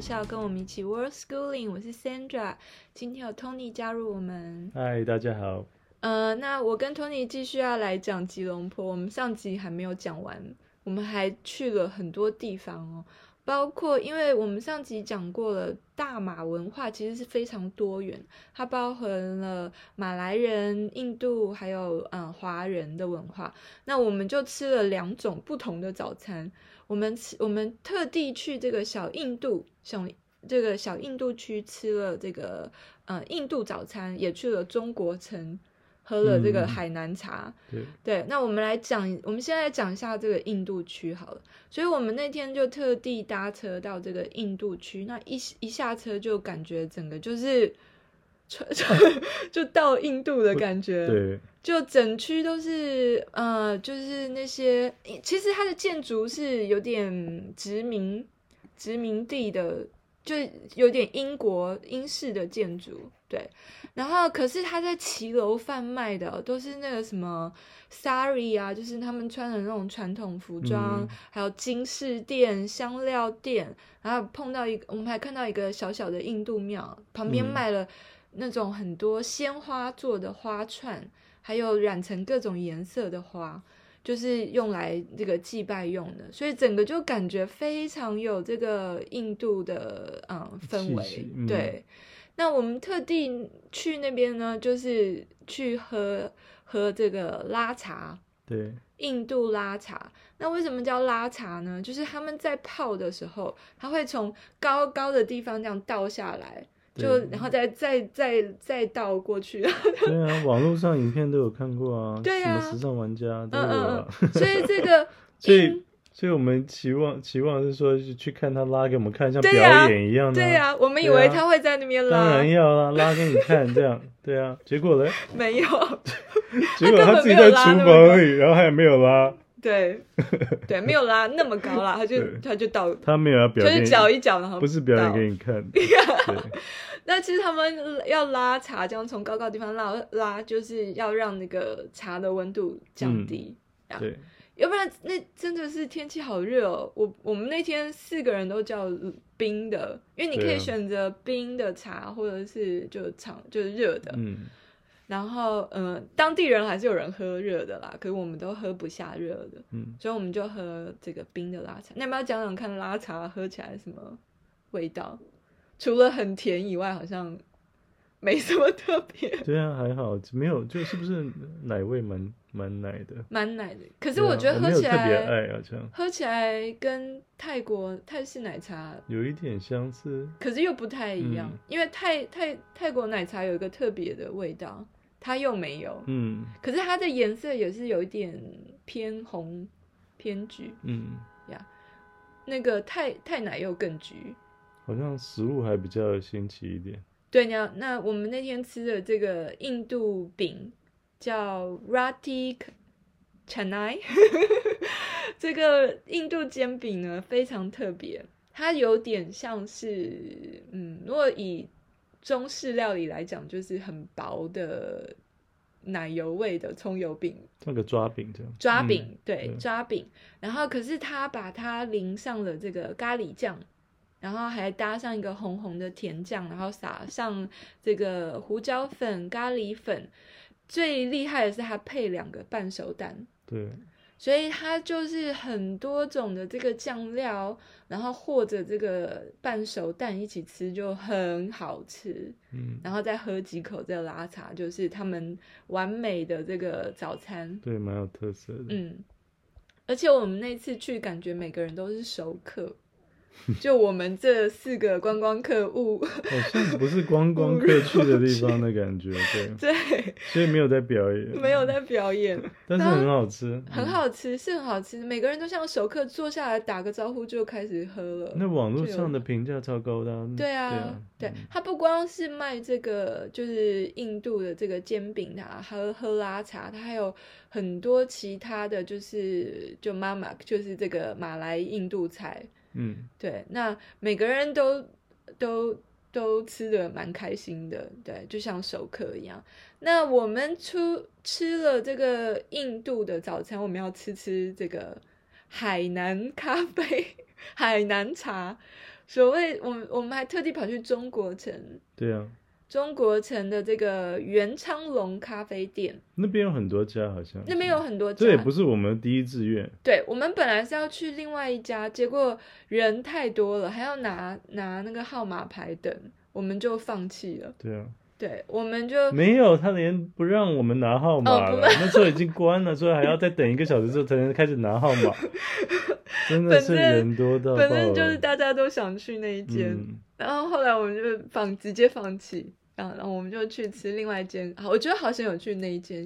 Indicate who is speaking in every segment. Speaker 1: 校，跟我们一起 World Schooling。我是 Sandra，今天有 Tony 加入我们。
Speaker 2: 嗨，大家好。
Speaker 1: 呃，那我跟 Tony 继续要来讲吉隆坡。我们上集还没有讲完，我们还去了很多地方哦，包括因为我们上集讲过了，大马文化其实是非常多元，它包含了马来人、印度还有嗯华人的文化。那我们就吃了两种不同的早餐。我们吃，我们特地去这个小印度，小这个小印度区吃了这个呃印度早餐，也去了中国城，喝了这个
Speaker 2: 嗯
Speaker 1: 海南茶。
Speaker 2: 对，
Speaker 1: 对，那我们来讲，我们现在讲一下这个印度区好了。所以我们那天就特地搭车到这个印度区，那一一下车就感觉整个就是。就 就到印度的感觉，
Speaker 2: 对，
Speaker 1: 就整区都是呃，就是那些，其实它的建筑是有点殖民殖民地的，就有点英国英式的建筑，对。然后可是它在骑楼贩卖的哦都是那个什么 sari 啊，就是他们穿的那种传统服装，
Speaker 2: 嗯
Speaker 1: 还有金饰店、香料店，然后碰到一个，我们还看到一个小小的印度庙，旁边
Speaker 2: 嗯
Speaker 1: 卖了那种很多鲜花做的花串，还有染成各种颜色的花，就是用来这个祭拜用的，所以整个就感觉非常有这个印度的嗯氛
Speaker 2: 气
Speaker 1: 围
Speaker 2: 息，嗯
Speaker 1: 对。那我们特地去那边呢，就是去喝喝这个拉茶，
Speaker 2: 对，
Speaker 1: 印度拉茶，那为什么叫拉茶呢？就是他们在泡的时候，它会从高高的地方这样倒下来，
Speaker 2: 对
Speaker 1: 就然后再再再再倒过去，
Speaker 2: 对啊，网络上影片都有看过啊，
Speaker 1: 对啊
Speaker 2: 什么时尚玩家都有
Speaker 1: 嗯嗯
Speaker 2: 啊。
Speaker 1: 嗯，所以这个
Speaker 2: 所以
Speaker 1: 印
Speaker 2: 所以我们期望期望是说是去看他拉给我们看，像
Speaker 1: 对啊
Speaker 2: 表演一样的。
Speaker 1: 对呀、我们以
Speaker 2: 对啊
Speaker 1: 为他会在那边
Speaker 2: 当
Speaker 1: 拉，
Speaker 2: 然要啦，拉给你看 这样。对啊，结果嘞，
Speaker 1: 没 有，
Speaker 2: 结果他自己在厨
Speaker 1: 根本没有拉那么高
Speaker 2: 房里，然后还没有拉，
Speaker 1: 对对，没有拉那么高啦，他就
Speaker 2: 对
Speaker 1: 他就倒，
Speaker 2: 他没有要表
Speaker 1: 就
Speaker 2: 演
Speaker 1: 是，搅一搅，然后
Speaker 2: 不是表演
Speaker 1: 倒
Speaker 2: 给你看。 对，
Speaker 1: 那其实他们要拉茶，这样从高高的地方拉拉，就是要让那个茶的温度降
Speaker 2: 嗯
Speaker 1: 低。这样
Speaker 2: 对，
Speaker 1: 要不然那真的是天气好热哦。我我们那天四个人都叫冰的，因为你可
Speaker 2: 对
Speaker 1: 以
Speaker 2: 啊
Speaker 1: 选择冰的茶，或者是就常就是热的。
Speaker 2: 嗯，
Speaker 1: 然后嗯、呃当地人还是有人喝热的啦，可是我们都喝不下热的，
Speaker 2: 嗯，
Speaker 1: 所以我们就喝这个冰的拉茶。那要不要讲讲看拉茶喝起来什么味道？除了很甜以外，好像没什么特别。
Speaker 2: 对啊，还好，没有，就是不是奶味蛮蛮奶的。啊
Speaker 1: 蛮奶的，可
Speaker 2: 可
Speaker 1: 是我觉得喝起
Speaker 2: 特别
Speaker 1: 来，
Speaker 2: 爱好像
Speaker 1: 喝起来跟泰国泰式奶茶
Speaker 2: 有一点相似。
Speaker 1: 可是又不太一样，
Speaker 2: 嗯
Speaker 1: 因为泰泰泰国奶茶有一个特别的味道，它又没有，
Speaker 2: 嗯
Speaker 1: 可是它的颜色也是有一点偏红偏橘，
Speaker 2: 嗯，
Speaker 1: 那个泰泰奶又更橘。
Speaker 2: 好像食物还比较新奇一点。
Speaker 1: 对，你要那我们那天吃的这个印度饼叫 Rati Canai，这个印度煎饼呢非常特别，它有点像是嗯，如果以中式料理来讲，就是很薄的奶油味的葱油饼
Speaker 2: 像个抓饼这样，
Speaker 1: 抓
Speaker 2: 嗯
Speaker 1: 饼，对
Speaker 2: 对
Speaker 1: 抓饼。然后可是他把它淋上了这个咖喱酱，然后还搭上一个红红的甜酱，然后撒上这个胡椒粉、咖喱粉。最厉害的是它配两个半熟蛋，
Speaker 2: 对，
Speaker 1: 所以它就是很多种的这个酱料，然后和着这个半熟蛋一起吃就很好吃，
Speaker 2: 嗯，
Speaker 1: 然后再喝几口这个拉茶，就是他们完美的这个早餐。
Speaker 2: 对，蛮有特色的。
Speaker 1: 嗯，而且我们那次去，感觉每个人都是熟客，就我们这四个观光客误，
Speaker 2: 好像不是观光客去的地方的感 觉，对，
Speaker 1: 对，
Speaker 2: 所以没有在表演，
Speaker 1: 没有，在表演，
Speaker 2: 但是很好吃，
Speaker 1: 很
Speaker 2: 嗯。
Speaker 1: 好吃，是很好吃，每个人都像熟客，坐下来打个招呼就开始喝了。
Speaker 2: 那网络
Speaker 1: 就有
Speaker 2: 上的评价超高的啊，
Speaker 1: 对啊
Speaker 2: 啊，，
Speaker 1: 对
Speaker 2: 嗯，
Speaker 1: 它不光是卖这个，就是印度的这个煎饼啊，喝喝拉茶，它还有很多其他的就是就妈妈就是这个马来印度菜，
Speaker 2: 嗯，
Speaker 1: 对，那每个人都都都吃的蛮开心的，对，就像熟客一样。那我们出吃了这个印度的早餐，我们 要吃吃这个海南咖啡、海南茶，所谓我们我们还特地跑去中国城，
Speaker 2: 对啊，
Speaker 1: 中国城的这个元昌隆咖啡店，
Speaker 2: 那边有很多家好像。
Speaker 1: 那边有很多家
Speaker 2: 这也不是我们第一志愿，
Speaker 1: 对，我们本来是要去另外一家，结果人太多了，还要拿拿那个号码牌等，我们就放弃了。
Speaker 2: 对啊，
Speaker 1: 对，我们就
Speaker 2: 没有，他连不让我们拿号码
Speaker 1: 哦不
Speaker 2: 了，那时候已经关了，所以还要再等一个小时之后才能开始拿号 码，真的是
Speaker 1: 反正
Speaker 2: 人多到爆了。
Speaker 1: 反正就是大家都想去那一间，
Speaker 2: 嗯，
Speaker 1: 然后后来我们就放直接放弃，然后然后我们就去吃另外一间，好我觉得好像有去那一间，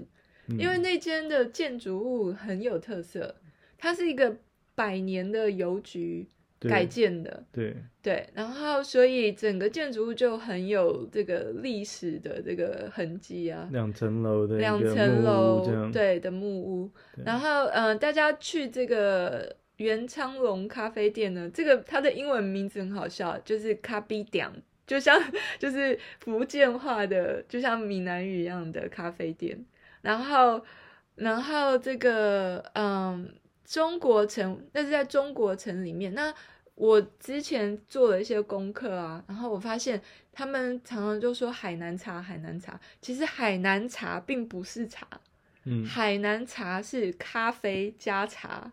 Speaker 2: 嗯
Speaker 1: 因为那间的建筑物很有特色，它是一个百年的邮局
Speaker 2: 对
Speaker 1: 改建的，
Speaker 2: 对，
Speaker 1: 对，然后所以整个建筑物就很有这个历史的这个痕迹啊，
Speaker 2: 两层楼的一
Speaker 1: 两
Speaker 2: 个
Speaker 1: 层
Speaker 2: 木
Speaker 1: 楼
Speaker 2: 屋这样，
Speaker 1: 对的木屋。
Speaker 2: 对
Speaker 1: 然后嗯、呃大家去这个元昌隆咖啡店呢，这个它的英文名字很好笑，就是咖啡店，就像就是福建话的，就像闽南语一样的咖啡店。然后然后这个嗯，中国城那是在中国城里面。那我之前做了一些功课啊，然后我发现他们常常就说海南茶，海南茶，其实海南茶并不是茶，
Speaker 2: 嗯，
Speaker 1: 海南茶是咖啡加茶，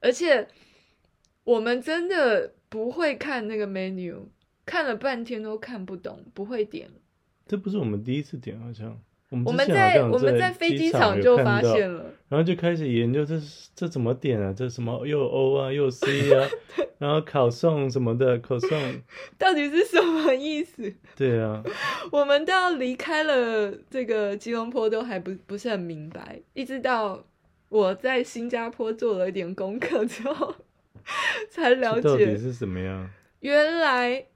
Speaker 1: 而且我们真的不会看那个 menu，看了半天都看不懂，不会点。
Speaker 2: 这不是我们第一次点，好像我们
Speaker 1: 我
Speaker 2: 之
Speaker 1: 们
Speaker 2: 前好
Speaker 1: 在
Speaker 2: 像
Speaker 1: 我们在
Speaker 2: 在
Speaker 1: 飞
Speaker 2: 机
Speaker 1: 机场就
Speaker 2: 有看
Speaker 1: 发
Speaker 2: 到
Speaker 1: 现了，
Speaker 2: 然后就开始研究这是这怎么点啊，这什么又 O 啊又 C 啊，然后烤送什么的，烤送，
Speaker 1: 到底是什么意思？
Speaker 2: 对啊，
Speaker 1: 我们到离开了这个吉隆坡都还不不是很明白，一直到我在新加坡做了一点功课之后， 才了
Speaker 2: 这到底
Speaker 1: 解
Speaker 2: 是什么样？
Speaker 1: 原来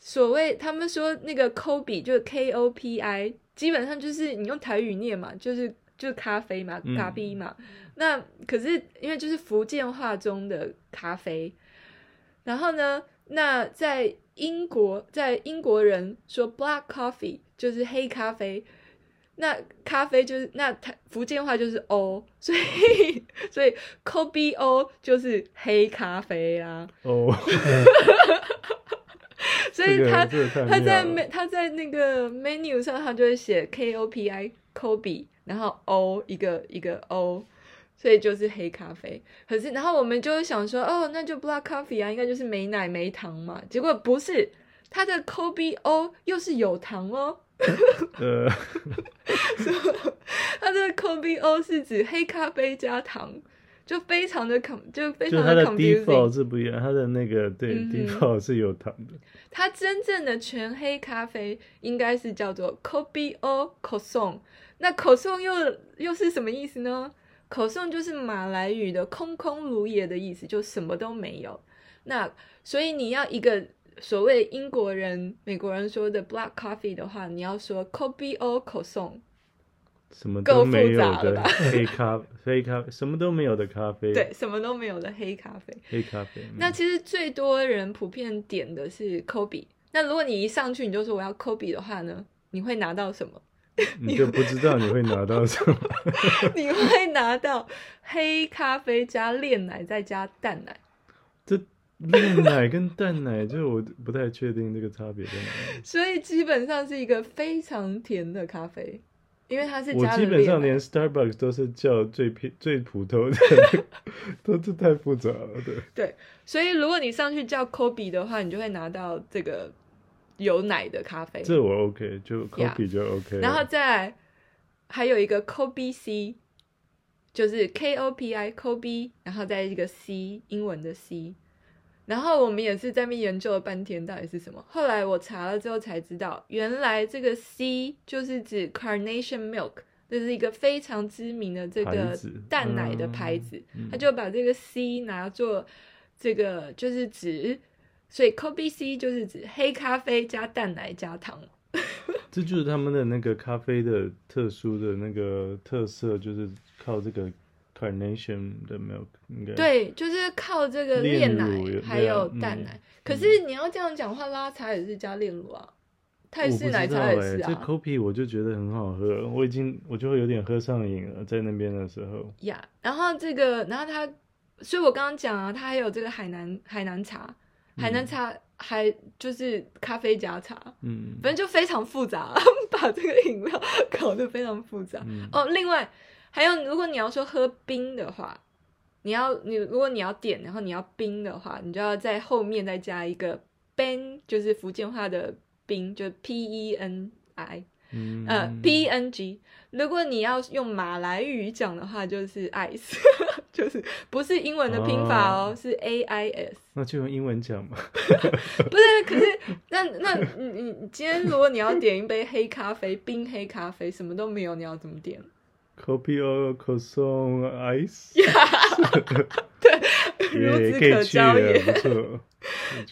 Speaker 1: 所谓他们说那个 Kopi 就是 K O P I，基本上就是你用台语念嘛，就是就是咖啡嘛，
Speaker 2: 嗯
Speaker 1: 咖啡嘛。那可是因为就是福建话中的咖啡，然后呢，那在英国，在英国人说 black coffee 就是黑咖啡，那咖啡就是那它福建话就是 O，所以 所以 Kopi O 就是黑咖啡啦，
Speaker 2: 哦，
Speaker 1: 所以它、
Speaker 2: 这个这个
Speaker 1: 他
Speaker 2: 太
Speaker 1: 在
Speaker 2: 妙了
Speaker 1: me 他在那个 menu 上，他就会写 K O P I Kobe，然后 O 一个一个 O，所以就是黑咖啡。可是，然后我们就想说，哦，那就 black coffee 啊，应该就是没奶没糖嘛。结果不是，他的 Kobe O 又是有糖哦，
Speaker 2: 呃，
Speaker 1: 他的 Kobe O 是指黑咖啡加糖，就非常的 com 就非
Speaker 2: 就
Speaker 1: 常
Speaker 2: 它的
Speaker 1: confusing
Speaker 2: default。是不一样，它的那个对
Speaker 1: 嗯哼
Speaker 2: default 是有糖的，
Speaker 1: 它真正的全黑咖啡应该是叫做 Kopi O Kosong。那 Kosong 又又是什么意思呢？Kosong 就是马来语的“空空如也”的意思，就什么都没有。那所以你要一个所谓英国人、美国人说的 black coffee 的话，你要说 Kopi O Kosong。
Speaker 2: 什么
Speaker 1: 够
Speaker 2: 都
Speaker 1: 复
Speaker 2: 没有
Speaker 1: 杂了吧
Speaker 2: 的黑咖黑咖什么都没有的咖啡，
Speaker 1: 对，什么都没有的黑咖啡。
Speaker 2: 黑咖啡，嗯
Speaker 1: 那其实最多人普遍点的是 Kobe。那如果你一上去你就说我要 Kobe 的话呢，你会拿到什么？
Speaker 2: 你就不知道你会拿到什么，
Speaker 1: 你会拿到黑咖啡加炼奶再加蛋奶，
Speaker 2: 这炼奶跟蛋奶，就是我不太确定这个差别在哪里。
Speaker 1: 所以基本上是一个非常甜的咖啡，因为它是
Speaker 2: 我
Speaker 1: 加了
Speaker 2: 基本上
Speaker 1: 炼
Speaker 2: 连
Speaker 1: 奶
Speaker 2: Starbucks 都是叫最偏最普通的， 都是太复杂了。对，
Speaker 1: 所以如果你上去叫 Kobe 的话，你就会拿到这个有奶的咖啡，
Speaker 2: 这我 OK，就
Speaker 1: Yeah
Speaker 2: copy 就 OK 了。
Speaker 1: 然后再来还有一个 Kobe C，就是 K O P I Kobe，然后再一个 C 英文的 C。然后我们也是在那边研究了半天，到底是什么。后来我查了之后才知道，原来这个 C 就是指 Carnation Milk，这是一个非常知名的这
Speaker 2: 牌
Speaker 1: 个
Speaker 2: 子
Speaker 1: 蛋奶的牌子。
Speaker 2: 嗯
Speaker 1: 他就把这个 C 拿做这个就是指，所以 Kobe C 就是指黑咖啡加蛋奶加糖。
Speaker 2: 这就是他们的那个咖啡的特殊的那个特色，就是靠这个 carnation 的 milk 应该，
Speaker 1: 对，就是靠这个
Speaker 2: 炼
Speaker 1: 炼
Speaker 2: 乳也
Speaker 1: 奶还
Speaker 2: 对啊
Speaker 1: 有蛋
Speaker 2: 嗯
Speaker 1: 奶。可是你要这样讲话，拉茶也是加炼乳啊，泰
Speaker 2: 我不
Speaker 1: 式
Speaker 2: 知
Speaker 1: 奶
Speaker 2: 道
Speaker 1: 茶也
Speaker 2: 哎、
Speaker 1: 是
Speaker 2: 这
Speaker 1: 啊。
Speaker 2: copy 我就觉得很好喝，我已经我就会有点喝上瘾了，在那边的时候，
Speaker 1: 呀然后这个，然后它，所以我刚刚讲啊，它还有这个海南海南茶，还能茶，还就是咖啡加茶，
Speaker 2: 嗯
Speaker 1: 反正就非常复杂， 把这个饮料搞得非常复杂。
Speaker 2: 嗯
Speaker 1: 哦，另外还有，如果你要说喝冰的话，你要你如果你要点，然后你要冰的话，你就要在后面再加一个 ben，就是福建话的冰，就是 p e n i，
Speaker 2: 嗯
Speaker 1: 呃、p e n g。如果你要用马来语讲的话，就是 ice，就是 不是英文的拼法哦，是 a i s。
Speaker 2: 那就用英文讲吧。
Speaker 1: 不是，可是那那你你你今天如果你要点一杯黑咖啡，冰黑咖啡什么都没有，你要怎么点？
Speaker 2: Copy or croissant ice，
Speaker 1: 孺
Speaker 2: 也
Speaker 1: 子
Speaker 2: 可以
Speaker 1: 可
Speaker 2: 去
Speaker 1: 教
Speaker 2: 耶
Speaker 1: 也
Speaker 2: 不错。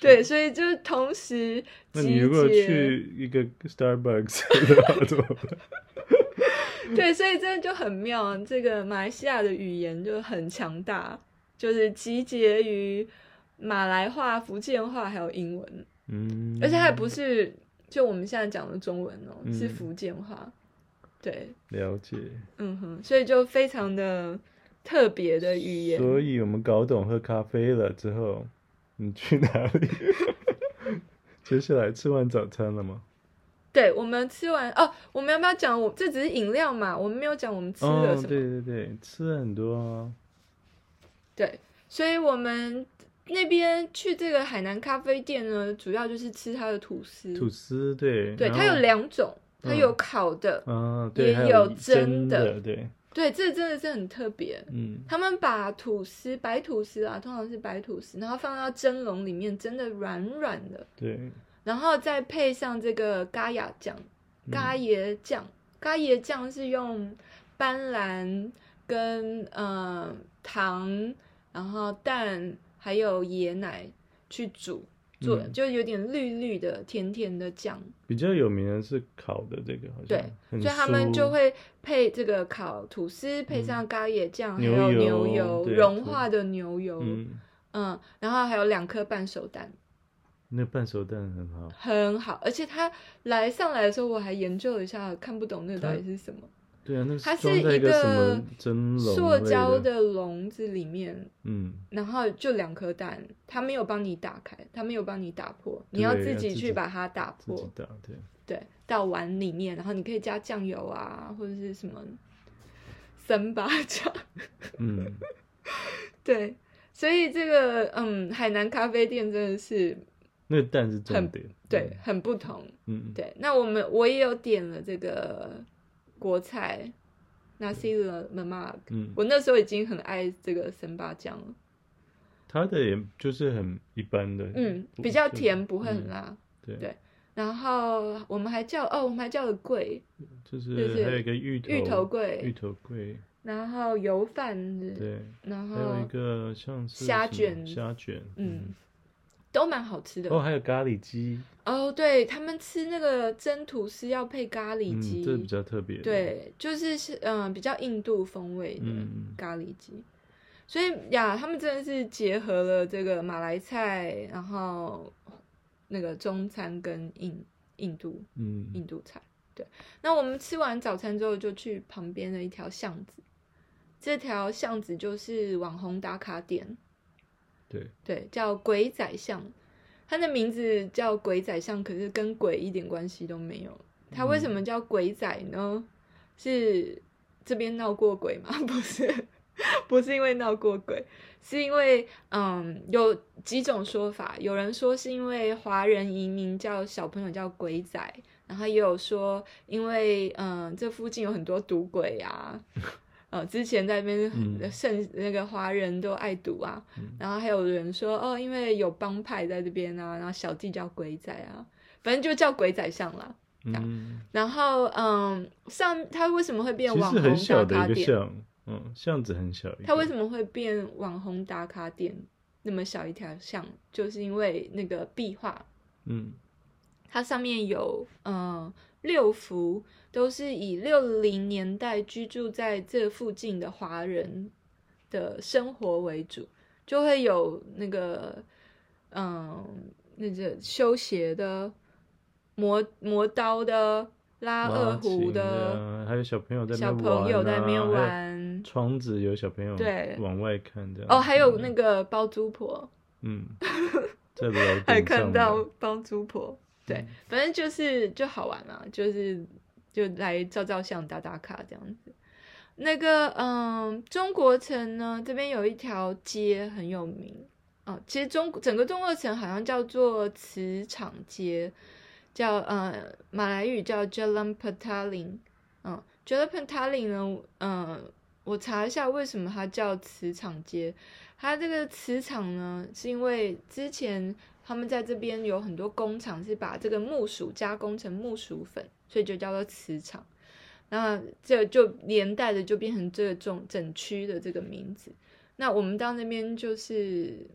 Speaker 1: 对，所以就是同时
Speaker 2: 那你
Speaker 1: 集
Speaker 2: 如果
Speaker 1: 结
Speaker 2: 去一个 Starbucks 的话，怎么办？
Speaker 1: 对，所以这就很妙啊。这个马来西亚的语言就很强大，就是集结于马来话、福建话还有英文，
Speaker 2: 嗯，
Speaker 1: 而且它也不是就我们现在讲的中文哦，是
Speaker 2: 嗯
Speaker 1: 福建话。对，
Speaker 2: 了解。
Speaker 1: 嗯哼，所以就非常的特别的语言。
Speaker 2: 所以我们搞懂喝咖啡了之后，你去哪 里？接下来吃完早餐了吗？
Speaker 1: 对，我们吃完哦，我们要不要讲我？这只是饮料嘛，我们没有讲我们吃了
Speaker 2: 哦
Speaker 1: 什，么。
Speaker 2: 对对对，吃了很多啊。
Speaker 1: 对，所以我们那边去这个海南咖啡店呢，主要就是吃它的吐司。
Speaker 2: 吐司，对，
Speaker 1: 对，
Speaker 2: 然
Speaker 1: 它有
Speaker 2: 后
Speaker 1: 两种，它
Speaker 2: 嗯
Speaker 1: 有烤的。
Speaker 2: 啊，对，
Speaker 1: 也
Speaker 2: 还
Speaker 1: 有蒸
Speaker 2: 蒸
Speaker 1: 的
Speaker 2: 对，
Speaker 1: 对，这真的是很特别。
Speaker 2: 嗯
Speaker 1: 他们把吐司，白吐司啊，通常是白吐司，然后放到蒸笼里面，蒸的软软的，
Speaker 2: 对，
Speaker 1: 然后再配上这个咖椰酱。
Speaker 2: 嗯
Speaker 1: 咖椰酱，咖椰酱是用斑斓跟呃糖，然后蛋还有椰奶去煮做的，
Speaker 2: 嗯
Speaker 1: 就有点绿绿的、甜甜的酱。
Speaker 2: 比较有名的是烤的这个，好像
Speaker 1: 对
Speaker 2: 很
Speaker 1: 所以他们
Speaker 2: 嗯酥嗯
Speaker 1: 就会配这个烤吐司，配上咖椰酱，还
Speaker 2: 牛
Speaker 1: 有
Speaker 2: 油
Speaker 1: 牛油
Speaker 2: 对
Speaker 1: 融
Speaker 2: 对
Speaker 1: 化的牛油，嗯
Speaker 2: 嗯，
Speaker 1: 然后还有两颗半熟蛋，
Speaker 2: 那半熟蛋很好，
Speaker 1: 很好。而且它来上来的时候，我还研究了一下，看不懂那个到底是什么。
Speaker 2: 对啊，那
Speaker 1: 它是
Speaker 2: 装在
Speaker 1: 一
Speaker 2: 个什
Speaker 1: 个
Speaker 2: 么蒸笼
Speaker 1: 塑
Speaker 2: 类
Speaker 1: 胶
Speaker 2: 的，
Speaker 1: 的笼子里面，
Speaker 2: 嗯，
Speaker 1: 然后就两颗蛋，它没有帮你打开，它没有帮你打破，你要
Speaker 2: 对
Speaker 1: 自
Speaker 2: 要
Speaker 1: 己
Speaker 2: 自
Speaker 1: 去
Speaker 2: 己
Speaker 1: 把它打
Speaker 2: 自己
Speaker 1: 破。
Speaker 2: 打，对，
Speaker 1: 对，到碗里面，然后你可以加酱油啊，或者是什么森巴酱。
Speaker 2: 嗯，
Speaker 1: 对，所以这个嗯，海南咖啡店真的是
Speaker 2: 那个蛋是重
Speaker 1: 很
Speaker 2: 点，
Speaker 1: 对很不同。
Speaker 2: 嗯，嗯，
Speaker 1: 对，那我们我也有点了这个国菜 nasi lemak，
Speaker 2: 嗯，
Speaker 1: 我那时候已经很爱这个森巴酱了。
Speaker 2: 它的也就是很一般的，
Speaker 1: 嗯，
Speaker 2: 不
Speaker 1: 比较
Speaker 2: 就
Speaker 1: 甜，不会很
Speaker 2: 嗯
Speaker 1: 辣。
Speaker 2: 对
Speaker 1: 对然后我们还叫哦，我们还叫了桂
Speaker 2: 就
Speaker 1: 就是
Speaker 2: 还有一个芋头，
Speaker 1: 芋头
Speaker 2: 芋
Speaker 1: 桂，
Speaker 2: 头桂，
Speaker 1: 然后油饭，
Speaker 2: 对，
Speaker 1: 然
Speaker 2: 还有
Speaker 1: 后
Speaker 2: 一个像是
Speaker 1: 虾
Speaker 2: 什么
Speaker 1: 卷
Speaker 2: 虾卷，
Speaker 1: 嗯，都蛮好吃的。
Speaker 2: 哦，还有咖喱鸡，
Speaker 1: 哦，对他们吃那个蒸吐司要配咖喱鸡，
Speaker 2: 嗯，这比较特别，，
Speaker 1: 对，就是是嗯、比较印度风味的
Speaker 2: 嗯
Speaker 1: 咖喱鸡。所以呀，他们真的是结合了这个马来菜，然后那个中餐跟印印度
Speaker 2: 嗯，
Speaker 1: 印度菜。对，那我们吃完早餐之后，就去旁边的一条巷子，这条巷子就是网红打卡点，
Speaker 2: 对，
Speaker 1: 对，叫鬼仔巷。它的名字叫鬼仔巷，可是跟鬼一点关系都没有。它为什么叫鬼仔呢？是这边闹过鬼吗？ 不是，不是因为闹过鬼，是因为嗯，有几种说法。有人说是因为华人移民叫小朋友叫鬼仔，然后也有说因为嗯，这附近有很多赌鬼啊。 呃，之前在那边
Speaker 2: 嗯
Speaker 1: 盛、那个华人都爱赌啊，
Speaker 2: 嗯
Speaker 1: 然后还有人说哦，因为有帮派在这边啊，然后小弟叫鬼仔啊，反正就叫鬼仔像啦。
Speaker 2: 嗯，
Speaker 1: 然后嗯，上它为什么会变
Speaker 2: 其
Speaker 1: 网
Speaker 2: 实
Speaker 1: 红
Speaker 2: 很小
Speaker 1: 打卡
Speaker 2: 的一个
Speaker 1: 点？
Speaker 2: 巷，嗯，巷子很小一个，
Speaker 1: 它为什么会变网红打卡点那么小一条巷？就是因为那个壁画，
Speaker 2: 嗯
Speaker 1: 它上面有嗯六幅，都是以六零年代居住在这附近的华人的生活为主，就会有那个嗯那个修鞋的、磨磨刀的、拉二
Speaker 2: 拉
Speaker 1: 胡
Speaker 2: 琴
Speaker 1: 的
Speaker 2: 啊还有小朋友在那
Speaker 1: 小
Speaker 2: 边
Speaker 1: 朋友在那边
Speaker 2: 玩啊，还有
Speaker 1: 玩。哦
Speaker 2: 窗子有小朋友
Speaker 1: 对
Speaker 2: 往外看这样，
Speaker 1: 哦，还有那个包租婆，
Speaker 2: 嗯， 在不了
Speaker 1: 还
Speaker 2: 顶上
Speaker 1: 看到
Speaker 2: 面
Speaker 1: 包租婆，对，反正就是就好玩嘛，就是就来照照相、打打卡这样子。那个嗯，中国城呢，这边有一条街很有名哦。其实中整个中国城好像叫做磁场街，叫呃马来语叫 Jalan Petaling。嗯，Jalan Petaling 呢，嗯，我查一下为什么它叫磁场街。它这个磁场呢，是因为之前他们在这边有很多工厂是把这个木薯加工成木薯粉，所以就叫做磁场。那这就连带的就变成这种整区的这个名字。那我们到那边就是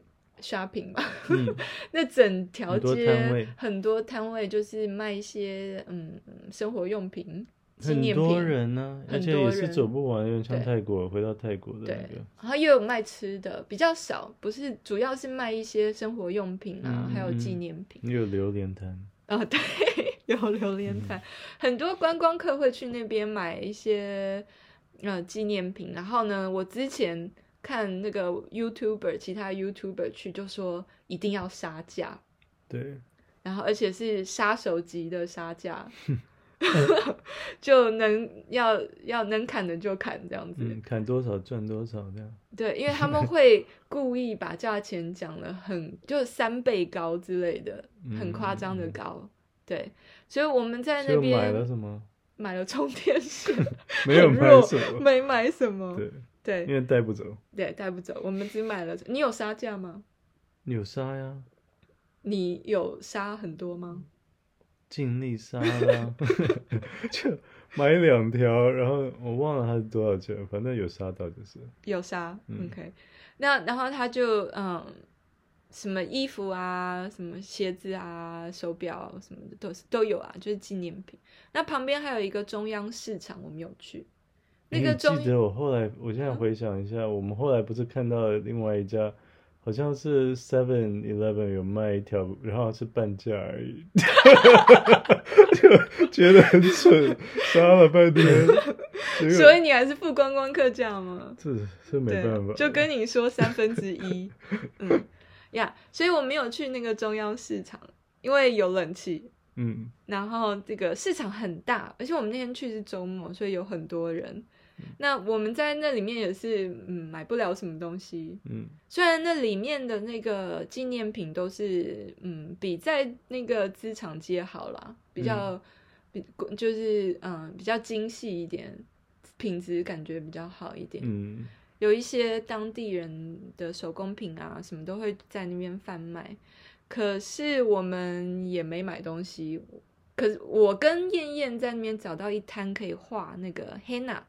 Speaker 1: shopping 嘛，
Speaker 2: 嗯
Speaker 1: 那整条
Speaker 2: 很多
Speaker 1: 街
Speaker 2: 摊位
Speaker 1: 很多摊位就是卖一些嗯生活用品、纪
Speaker 2: 很
Speaker 1: 念
Speaker 2: 多
Speaker 1: 品，
Speaker 2: 人呢、而
Speaker 1: 很
Speaker 2: 且
Speaker 1: 多
Speaker 2: 也是
Speaker 1: 人
Speaker 2: 走不完，有点像
Speaker 1: 对
Speaker 2: 泰国，回到泰国的
Speaker 1: 对
Speaker 2: 那个，
Speaker 1: 然后也有卖吃的，比较少，不是主要是卖一些生活用品啊，
Speaker 2: 嗯
Speaker 1: 还有
Speaker 2: 嗯
Speaker 1: 纪念品
Speaker 2: 也有榴莲摊，
Speaker 1: 啊、 对，有榴
Speaker 2: 嗯
Speaker 1: 莲摊，很多观光客会去那边买一些呃纪念品。然后呢，我之前看那个 YouTuber，其他 YouTuber 去就说一定要杀价，
Speaker 2: 对，
Speaker 1: 然后而且是杀手级的杀价。 就能要要能砍的就砍这样子，
Speaker 2: 嗯，砍多少赚多少这样，
Speaker 1: 对，因为他们会故意把价钱讲的很，就是三倍高之类的，很夸张的
Speaker 2: 嗯
Speaker 1: 高。对，所以我们在那
Speaker 2: 就买
Speaker 1: 边
Speaker 2: 了什 么？
Speaker 1: 买了充 电线，
Speaker 2: 没有
Speaker 1: 很
Speaker 2: 买
Speaker 1: 弱
Speaker 2: 什么，
Speaker 1: 没买什么。
Speaker 2: 对，因
Speaker 1: 对
Speaker 2: 为带不走，
Speaker 1: 对，带不走，我们只买了。你有杀价吗？
Speaker 2: 有杀呀，
Speaker 1: 你有杀很多吗？
Speaker 2: 尽力杀啦， 就买两条，然后我忘了它是多少钱，反正有杀到就是，
Speaker 1: 有杀、
Speaker 2: 嗯
Speaker 1: o k 那然后他就嗯，什么衣服啊，什么鞋子啊，手表什么的都是都有啊，就是纪念品。那旁边还有一个中央市场，我们有去。那
Speaker 2: 诶
Speaker 1: 个
Speaker 2: 你
Speaker 1: 中
Speaker 2: 记得我后来，我现在回想一下，我们后来不是看到了另外一家，好像是 Seven Eleven 有卖一条，然后是半价而已， 就觉得很蠢，杀了半天，结
Speaker 1: 所
Speaker 2: 果
Speaker 1: 以你还是付观光客价吗？
Speaker 2: 这这没
Speaker 1: 对，
Speaker 2: 办法，
Speaker 1: 就跟你说三分之 一，嗯呀所以我没有去那个中央市场，因为有冷气，
Speaker 2: 嗯，
Speaker 1: 然后这个市场很大，而且我们那天去是周末，所以有很多人。
Speaker 2: 嗯
Speaker 1: 那我们在那里面也是，嗯，买不了什么东西。
Speaker 2: 嗯
Speaker 1: 虽然那里面的那个纪念品都是，嗯，比在那个资产街好啦，比较，比就是嗯比较精细一点，品质感觉比较好一点。
Speaker 2: 嗯
Speaker 1: 有一些当地人的手工品啊，什么都会在那边贩卖。可是我们也没买东西。可是我跟燕燕在那边找到一摊可以画那个 henna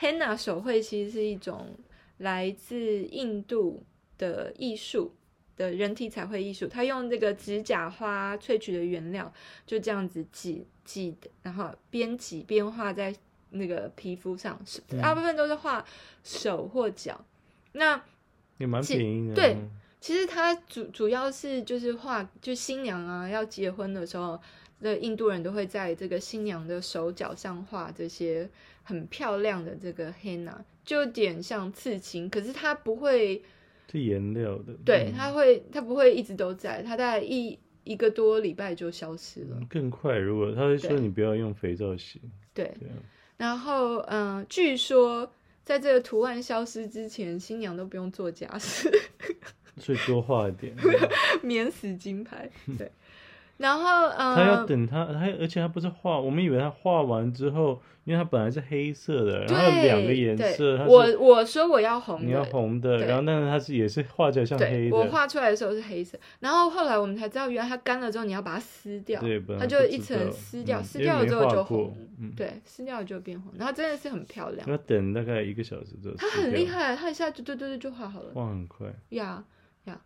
Speaker 1: henna 手绘，其实是一种来自印度的艺术的人体彩绘艺术。它用这个指甲花萃取的原料，就这样子挤挤，然后边挤边画在那个皮肤上，是
Speaker 2: 嗯
Speaker 1: 大部分都是画手或脚。那
Speaker 2: 也蛮
Speaker 1: 其
Speaker 2: 便宜的，嗯
Speaker 1: 对其实它主主要是就是画，就新娘啊要结婚的时候，那印度人都会在这个新娘的手脚上画这些很漂亮的这个黑娜，就有点像刺青，可是它不会，
Speaker 2: 是颜料的，
Speaker 1: 对，
Speaker 2: 嗯
Speaker 1: 它会它不会一直都在，它大概一一个多礼拜就消失了，
Speaker 2: 嗯更快。如果他会说
Speaker 1: 对
Speaker 2: 你不要用肥皂洗，
Speaker 1: 对。
Speaker 2: 对啊，
Speaker 1: 然后，嗯、据说在这个图案消失之前，新娘都不用做家事。
Speaker 2: 所以多画一点。
Speaker 1: 免死金牌，对。然后呃，
Speaker 2: 他要等他，他而且他不是画，我们以为他画完之后，因为他本来是黑色的，然后
Speaker 1: 对
Speaker 2: 两个颜色，
Speaker 1: 对
Speaker 2: 它是
Speaker 1: 我我说我要红
Speaker 2: 你要
Speaker 1: 的，
Speaker 2: 红的，
Speaker 1: 对
Speaker 2: 然后但是它是也是画起来像
Speaker 1: 对
Speaker 2: 黑
Speaker 1: 我
Speaker 2: 的，
Speaker 1: 画出来的时候是黑色，然后后来我们才知道，原来它干了之后你要把它撕掉，
Speaker 2: 对，本来
Speaker 1: 它就
Speaker 2: 不
Speaker 1: 一
Speaker 2: 知
Speaker 1: 层
Speaker 2: 道
Speaker 1: 撕掉，
Speaker 2: 嗯
Speaker 1: 撕
Speaker 2: 因为
Speaker 1: 掉了
Speaker 2: 没
Speaker 1: 之后
Speaker 2: 画
Speaker 1: 就
Speaker 2: 过
Speaker 1: 红，
Speaker 2: 嗯，
Speaker 1: 对，撕掉了就变红，然后真的是很漂亮，
Speaker 2: 要等大概一个小时之后，
Speaker 1: 它很厉，害，它一下就对对对就画好了，
Speaker 2: 画很快，
Speaker 1: 呀呀，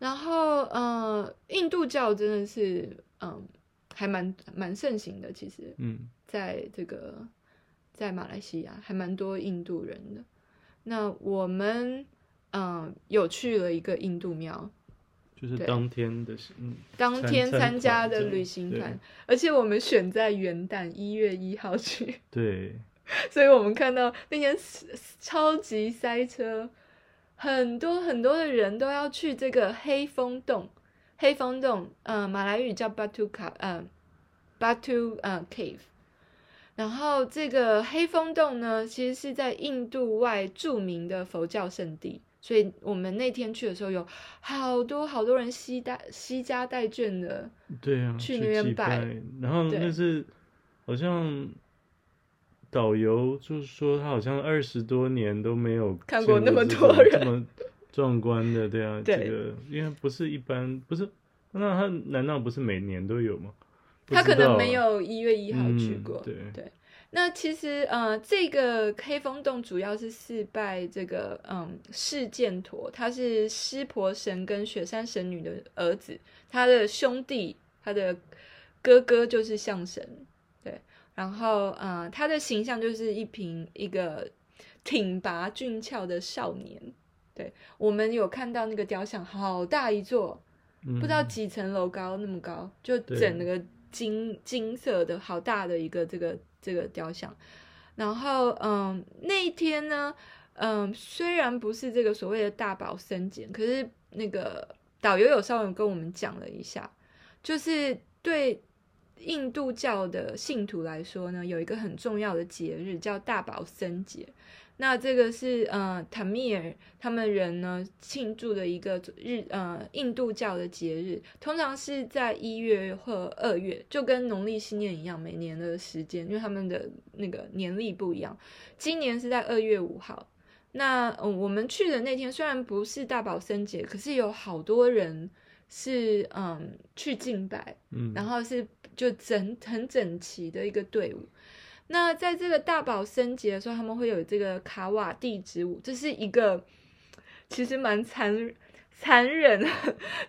Speaker 1: 然后呃，印度教真的是嗯、还蛮蛮盛行的，其实
Speaker 2: 嗯，
Speaker 1: 在这个在马来西亚还蛮多印度人的。那我们嗯、呃有去了一个印度庙，
Speaker 2: 就是
Speaker 1: 对
Speaker 2: 当天的，嗯，
Speaker 1: 当
Speaker 2: 参
Speaker 1: 天
Speaker 2: 参
Speaker 1: 参加
Speaker 2: 团
Speaker 1: 的
Speaker 2: 这样
Speaker 1: 旅行
Speaker 2: 对
Speaker 1: 团，而且我们选在元旦一月一号去，
Speaker 2: 对，
Speaker 1: 所以我们看到那天超级塞车，很多很多的人都要去这个黑风洞。黑风洞，嗯、马来语叫 Batu Ka，呃，Batu 呃 Cave。然后这个黑风洞呢，其实是在印度外著名的佛教圣地，所以我们那天去的时候，有好多好多人惜带惜家带眷的，
Speaker 2: 对啊，
Speaker 1: 去
Speaker 2: 去
Speaker 1: 那边
Speaker 2: 祭
Speaker 1: 拜
Speaker 2: 拜，然后
Speaker 1: 对
Speaker 2: 那是好像导游就是说他好像二十多年都没有
Speaker 1: 看
Speaker 2: 见
Speaker 1: 过
Speaker 2: 过
Speaker 1: 那么
Speaker 2: 这
Speaker 1: 多
Speaker 2: 种
Speaker 1: 人
Speaker 2: 这么壮观的，对啊，
Speaker 1: 对
Speaker 2: 这个因为不是一般，不是那他难道不是每年都有吗？不
Speaker 1: 他
Speaker 2: 知
Speaker 1: 可
Speaker 2: 道
Speaker 1: 能
Speaker 2: 啊
Speaker 1: 没有一月一号去
Speaker 2: 嗯
Speaker 1: 过。
Speaker 2: 对
Speaker 1: 那其实呃，这个黑风洞主要是祭拜这个嗯释犍陀，他是湿婆神跟雪山神女的儿子，他的兄弟，他的哥哥就是象神，对，然后呃，他的形象就是一瓶一个挺拔俊俏的少年。对我们有看到那个雕像，好大一座，
Speaker 2: 嗯
Speaker 1: 不知道几层楼高，那么高，就
Speaker 2: 对
Speaker 1: 整个金金色的好大的一个这个这个雕像。然后，嗯，那一天呢，嗯，虽然不是这个所谓的大宝森检，可是那个导游有稍微跟我们讲了一下，就是对印度教的信徒来说呢，有一个很重要的节日叫大宝森节。那这个是呃塔米尔他们人呢庆祝的一个日呃印度教的节日，通常是在一月或二月，就跟农历新年一样，每年的时间，因为他们的那个年历不一样。今年是在二月五号。那嗯、呃我们去的那天虽然不是大宝森节，可是有好多人是嗯去敬拜，
Speaker 2: 嗯，
Speaker 1: 然后是就整很整齐的一个队伍。那在这个大宝升级的时候，他们会有这个卡瓦地之舞，这是一个 其实蛮残残忍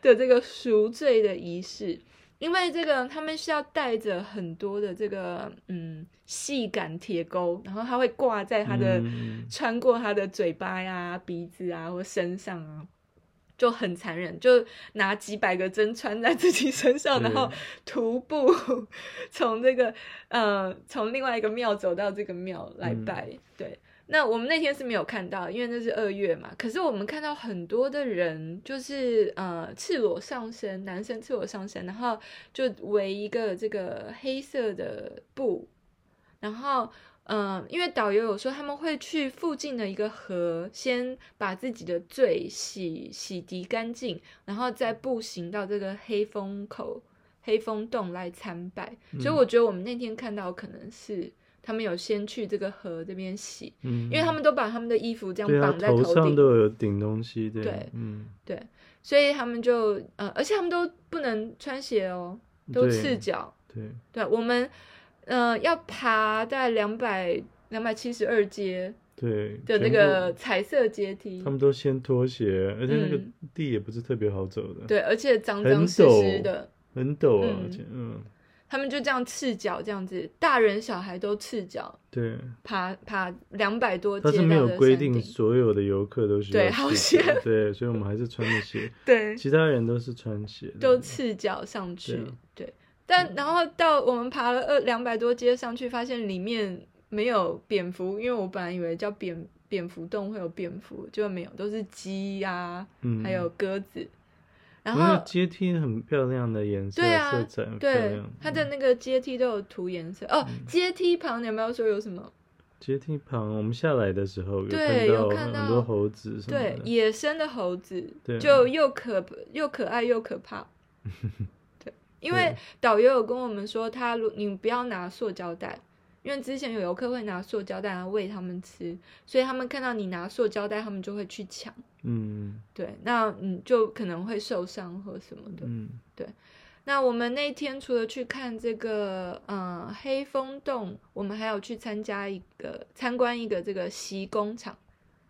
Speaker 1: 的这个赎罪的仪式，因为这个他们是要带着很多的这个嗯细杆铁钩，然后他会挂在他的、
Speaker 2: 嗯
Speaker 1: 穿过他的嘴巴呀、鼻子啊或身上啊，就很残忍，就拿几百个针穿在自己身上，然后
Speaker 2: 对
Speaker 1: 徒步 从这个呃从另外一个庙走到这个庙来拜。对，那我们那天是没有看到，因为那是二月嘛。可是我们看到很多的人，就是呃赤裸上身，男生赤裸上身，然后就围一个这个黑色的布，然后。嗯，因为导游有说他们会去附近的一个河，先把自己的罪洗洗涤干净，然后再步行到这个黑风口、黑风洞来参拜。所以
Speaker 2: 嗯
Speaker 1: 我觉得我们那天看到可能是他们有先去这个河这边洗，
Speaker 2: 因
Speaker 1: 因为他们都把他们的衣服这
Speaker 2: 嗯对
Speaker 1: 样
Speaker 2: 啊，
Speaker 1: 绑在头
Speaker 2: 上
Speaker 1: 顶，
Speaker 2: 都有顶东西，对啊
Speaker 1: 对
Speaker 2: 嗯，
Speaker 1: 所以他们就呃，而且他们都不能穿鞋哦，都
Speaker 2: 对
Speaker 1: 赤脚。
Speaker 2: 对，
Speaker 1: 对我们呃要爬大概两百两百七十二阶
Speaker 2: 对
Speaker 1: 的那
Speaker 2: 全部
Speaker 1: 个彩色阶梯
Speaker 2: 他，们都先脱鞋，而且那个
Speaker 1: 嗯
Speaker 2: 地也不是特别好走的，，
Speaker 1: 对，而且脏
Speaker 2: 很
Speaker 1: 脏湿湿
Speaker 2: 陡
Speaker 1: 的。
Speaker 2: 很陡啊，
Speaker 1: 嗯
Speaker 2: 而且嗯，
Speaker 1: 他们就这样赤脚这样子，大人小孩都赤脚
Speaker 2: 对，
Speaker 1: 爬爬两百多
Speaker 2: 它
Speaker 1: 阶
Speaker 2: 是
Speaker 1: 到
Speaker 2: 没有
Speaker 1: 的
Speaker 2: 规
Speaker 1: 山
Speaker 2: 定
Speaker 1: 顶，
Speaker 2: 所有的游客都需要
Speaker 1: 对好
Speaker 2: 系
Speaker 1: 险
Speaker 2: 的对，所以我们还是穿着 鞋，
Speaker 1: 对，
Speaker 2: 其他人都是穿鞋的，
Speaker 1: 都赤脚上去，
Speaker 2: 对啊
Speaker 1: 对。但然后到我们爬了二两百多阶上去，发现里面没有蝙蝠，因为我本来以为叫蝙蝙蝠洞会有蝙蝠，结果没有，都是鸡呀、
Speaker 2: 嗯，
Speaker 1: 还有鸽子。然
Speaker 2: 我们
Speaker 1: 后
Speaker 2: 有阶梯很漂亮的颜色，
Speaker 1: 对啊
Speaker 2: 色彩很漂
Speaker 1: 对
Speaker 2: 亮，嗯
Speaker 1: 它的那个阶梯都有涂颜色哦。阶梯旁你有没有说有什么？
Speaker 2: 阶梯旁，我们下来的时候有
Speaker 1: 对有看
Speaker 2: 很
Speaker 1: 到
Speaker 2: 多猴子什么
Speaker 1: 对
Speaker 2: 的，，
Speaker 1: 野生的猴子，
Speaker 2: 对啊
Speaker 1: 就又可又可爱又可 怕。对，因为
Speaker 2: 对
Speaker 1: 导游有跟我们说，他如你不要拿塑胶袋，因为之前有游客会拿塑胶袋来喂他们吃，所以他们看到你拿塑胶袋，他们就会去抢。
Speaker 2: 嗯
Speaker 1: 对，那你就可能会受伤或什么的。
Speaker 2: 嗯，
Speaker 1: 那我们那天除了去看这个呃黑风洞，我们还有去参加一个参观一个这个习工厂。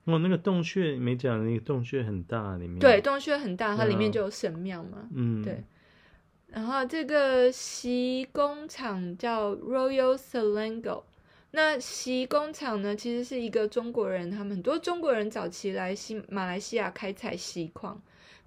Speaker 2: 哦，那个洞穴没讲，那个洞穴很大，里面
Speaker 1: 对，，洞穴很大，它里面
Speaker 2: 嗯
Speaker 1: 就有神庙嘛。
Speaker 2: 嗯，
Speaker 1: 对然后这个席工厂叫 Royal Selango。那席工厂呢，其实是一个中国人，他们很多中国人早期来西马来西亚开采锡矿。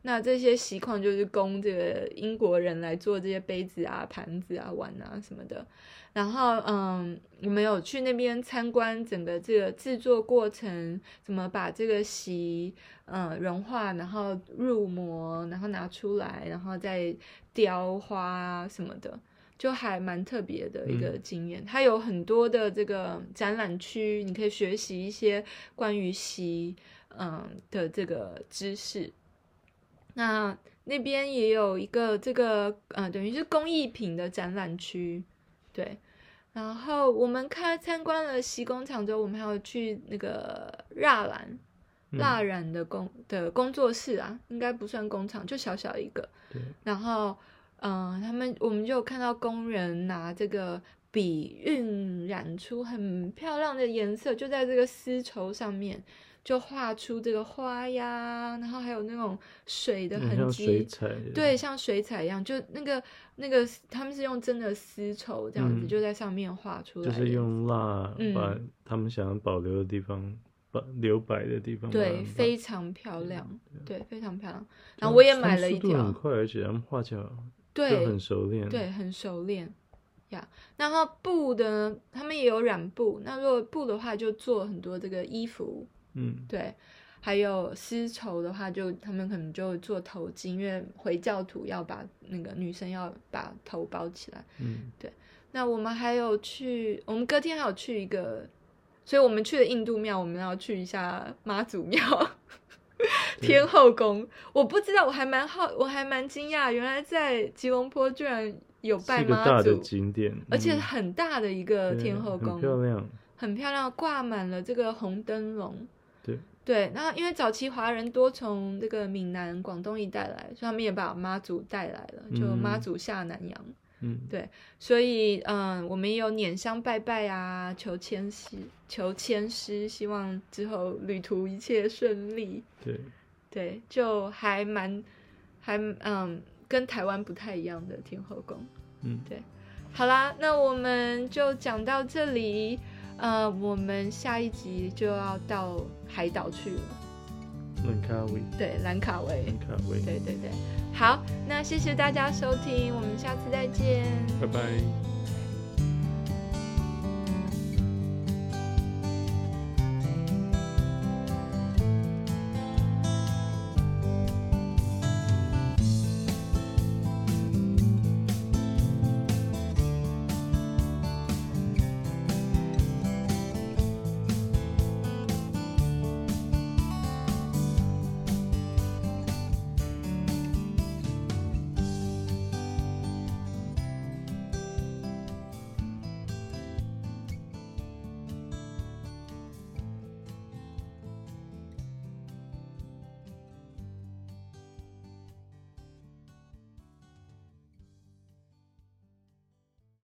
Speaker 1: 那这些锡矿就是供这个英国人来做这些杯子啊、盘子啊、碗啊什么的。然后，嗯，我们有去那边参观整个这个制作过程，怎么把这个锡嗯融化，然后入模，然后拿出来，然后再雕花啊什么的，就还蛮特别的一个经验。它有很多的这个展览区，你可以学习一些关于锡嗯的这个知识。那那边也有一个这个呃，等于是工艺品的展览区，对。然后我们看参观了西工厂之后，我们还有去那个蜡染
Speaker 2: 嗯
Speaker 1: 蜡染的工的工作室啊，应该不算工厂，就小小一个。
Speaker 2: 对，
Speaker 1: 然后，嗯、他们我们就有看到工人拿这个笔晕染出很漂亮的颜色，就在这个丝绸上面就画出这个花呀，然后还有那种水的
Speaker 2: 很
Speaker 1: 痕
Speaker 2: 像嗯水
Speaker 1: 迹，
Speaker 2: 彩的，
Speaker 1: 对，像水彩一样，就那个那个他们是用真的丝绸这样子，
Speaker 2: 嗯
Speaker 1: 就在上面画出来
Speaker 2: 就
Speaker 1: 的，
Speaker 2: 是用蜡
Speaker 1: 嗯
Speaker 2: 把他们想要保留的地方，把留白的地方把它
Speaker 1: 对，
Speaker 2: 染
Speaker 1: 非常漂亮，对，非常漂亮。然后
Speaker 2: 对
Speaker 1: 我也
Speaker 2: 他们
Speaker 1: 买了
Speaker 2: 速
Speaker 1: 一
Speaker 2: 度很
Speaker 1: 条，
Speaker 2: 快，而且他们画起来
Speaker 1: 对
Speaker 2: 就，很熟练，
Speaker 1: 对，，很熟练呀。然后布的，他们也有染布。那如果布的话，就做很多这个衣服，
Speaker 2: 嗯，
Speaker 1: 对。还有丝绸的话就，他们可能就做头巾，因为回教徒要把那个女生要把头包起来。
Speaker 2: 嗯，
Speaker 1: 那我们还有去，我们隔天还有去一个，所以我们去了印度庙，我们要去一下妈祖庙、
Speaker 2: 对
Speaker 1: 天后宫。我不知道，我还蛮好，我还蛮惊讶，原来在吉隆坡居然有
Speaker 2: 是
Speaker 1: 拜
Speaker 2: 一个
Speaker 1: 妈
Speaker 2: 大的
Speaker 1: 祖，
Speaker 2: 景点，
Speaker 1: 而且
Speaker 2: 嗯
Speaker 1: 很大的一个
Speaker 2: 对
Speaker 1: 天后宫，
Speaker 2: 很漂亮，
Speaker 1: 很漂亮，挂满了这个红灯笼。
Speaker 2: 对
Speaker 1: 对，那因为早期华人多从这个闽南、广东一带来，所以他们也把妈祖带来了，就
Speaker 2: 嗯
Speaker 1: 妈祖下南洋。
Speaker 2: 嗯，
Speaker 1: 对所以，嗯，我们也有捻香拜拜啊，求签师，求签师，希望之后旅途一切顺利。
Speaker 2: 对，
Speaker 1: 对，就还蛮，还嗯，跟台湾不太一样的天后宫。
Speaker 2: 嗯，
Speaker 1: 好啦，那我们就讲到这里，呃，我们下一集就要到海岛去了，
Speaker 2: 兰卡威，
Speaker 1: 对，兰卡威，
Speaker 2: 兰卡威，
Speaker 1: 对对对，好，那谢谢大家收听，我们下次再见。
Speaker 2: 拜拜。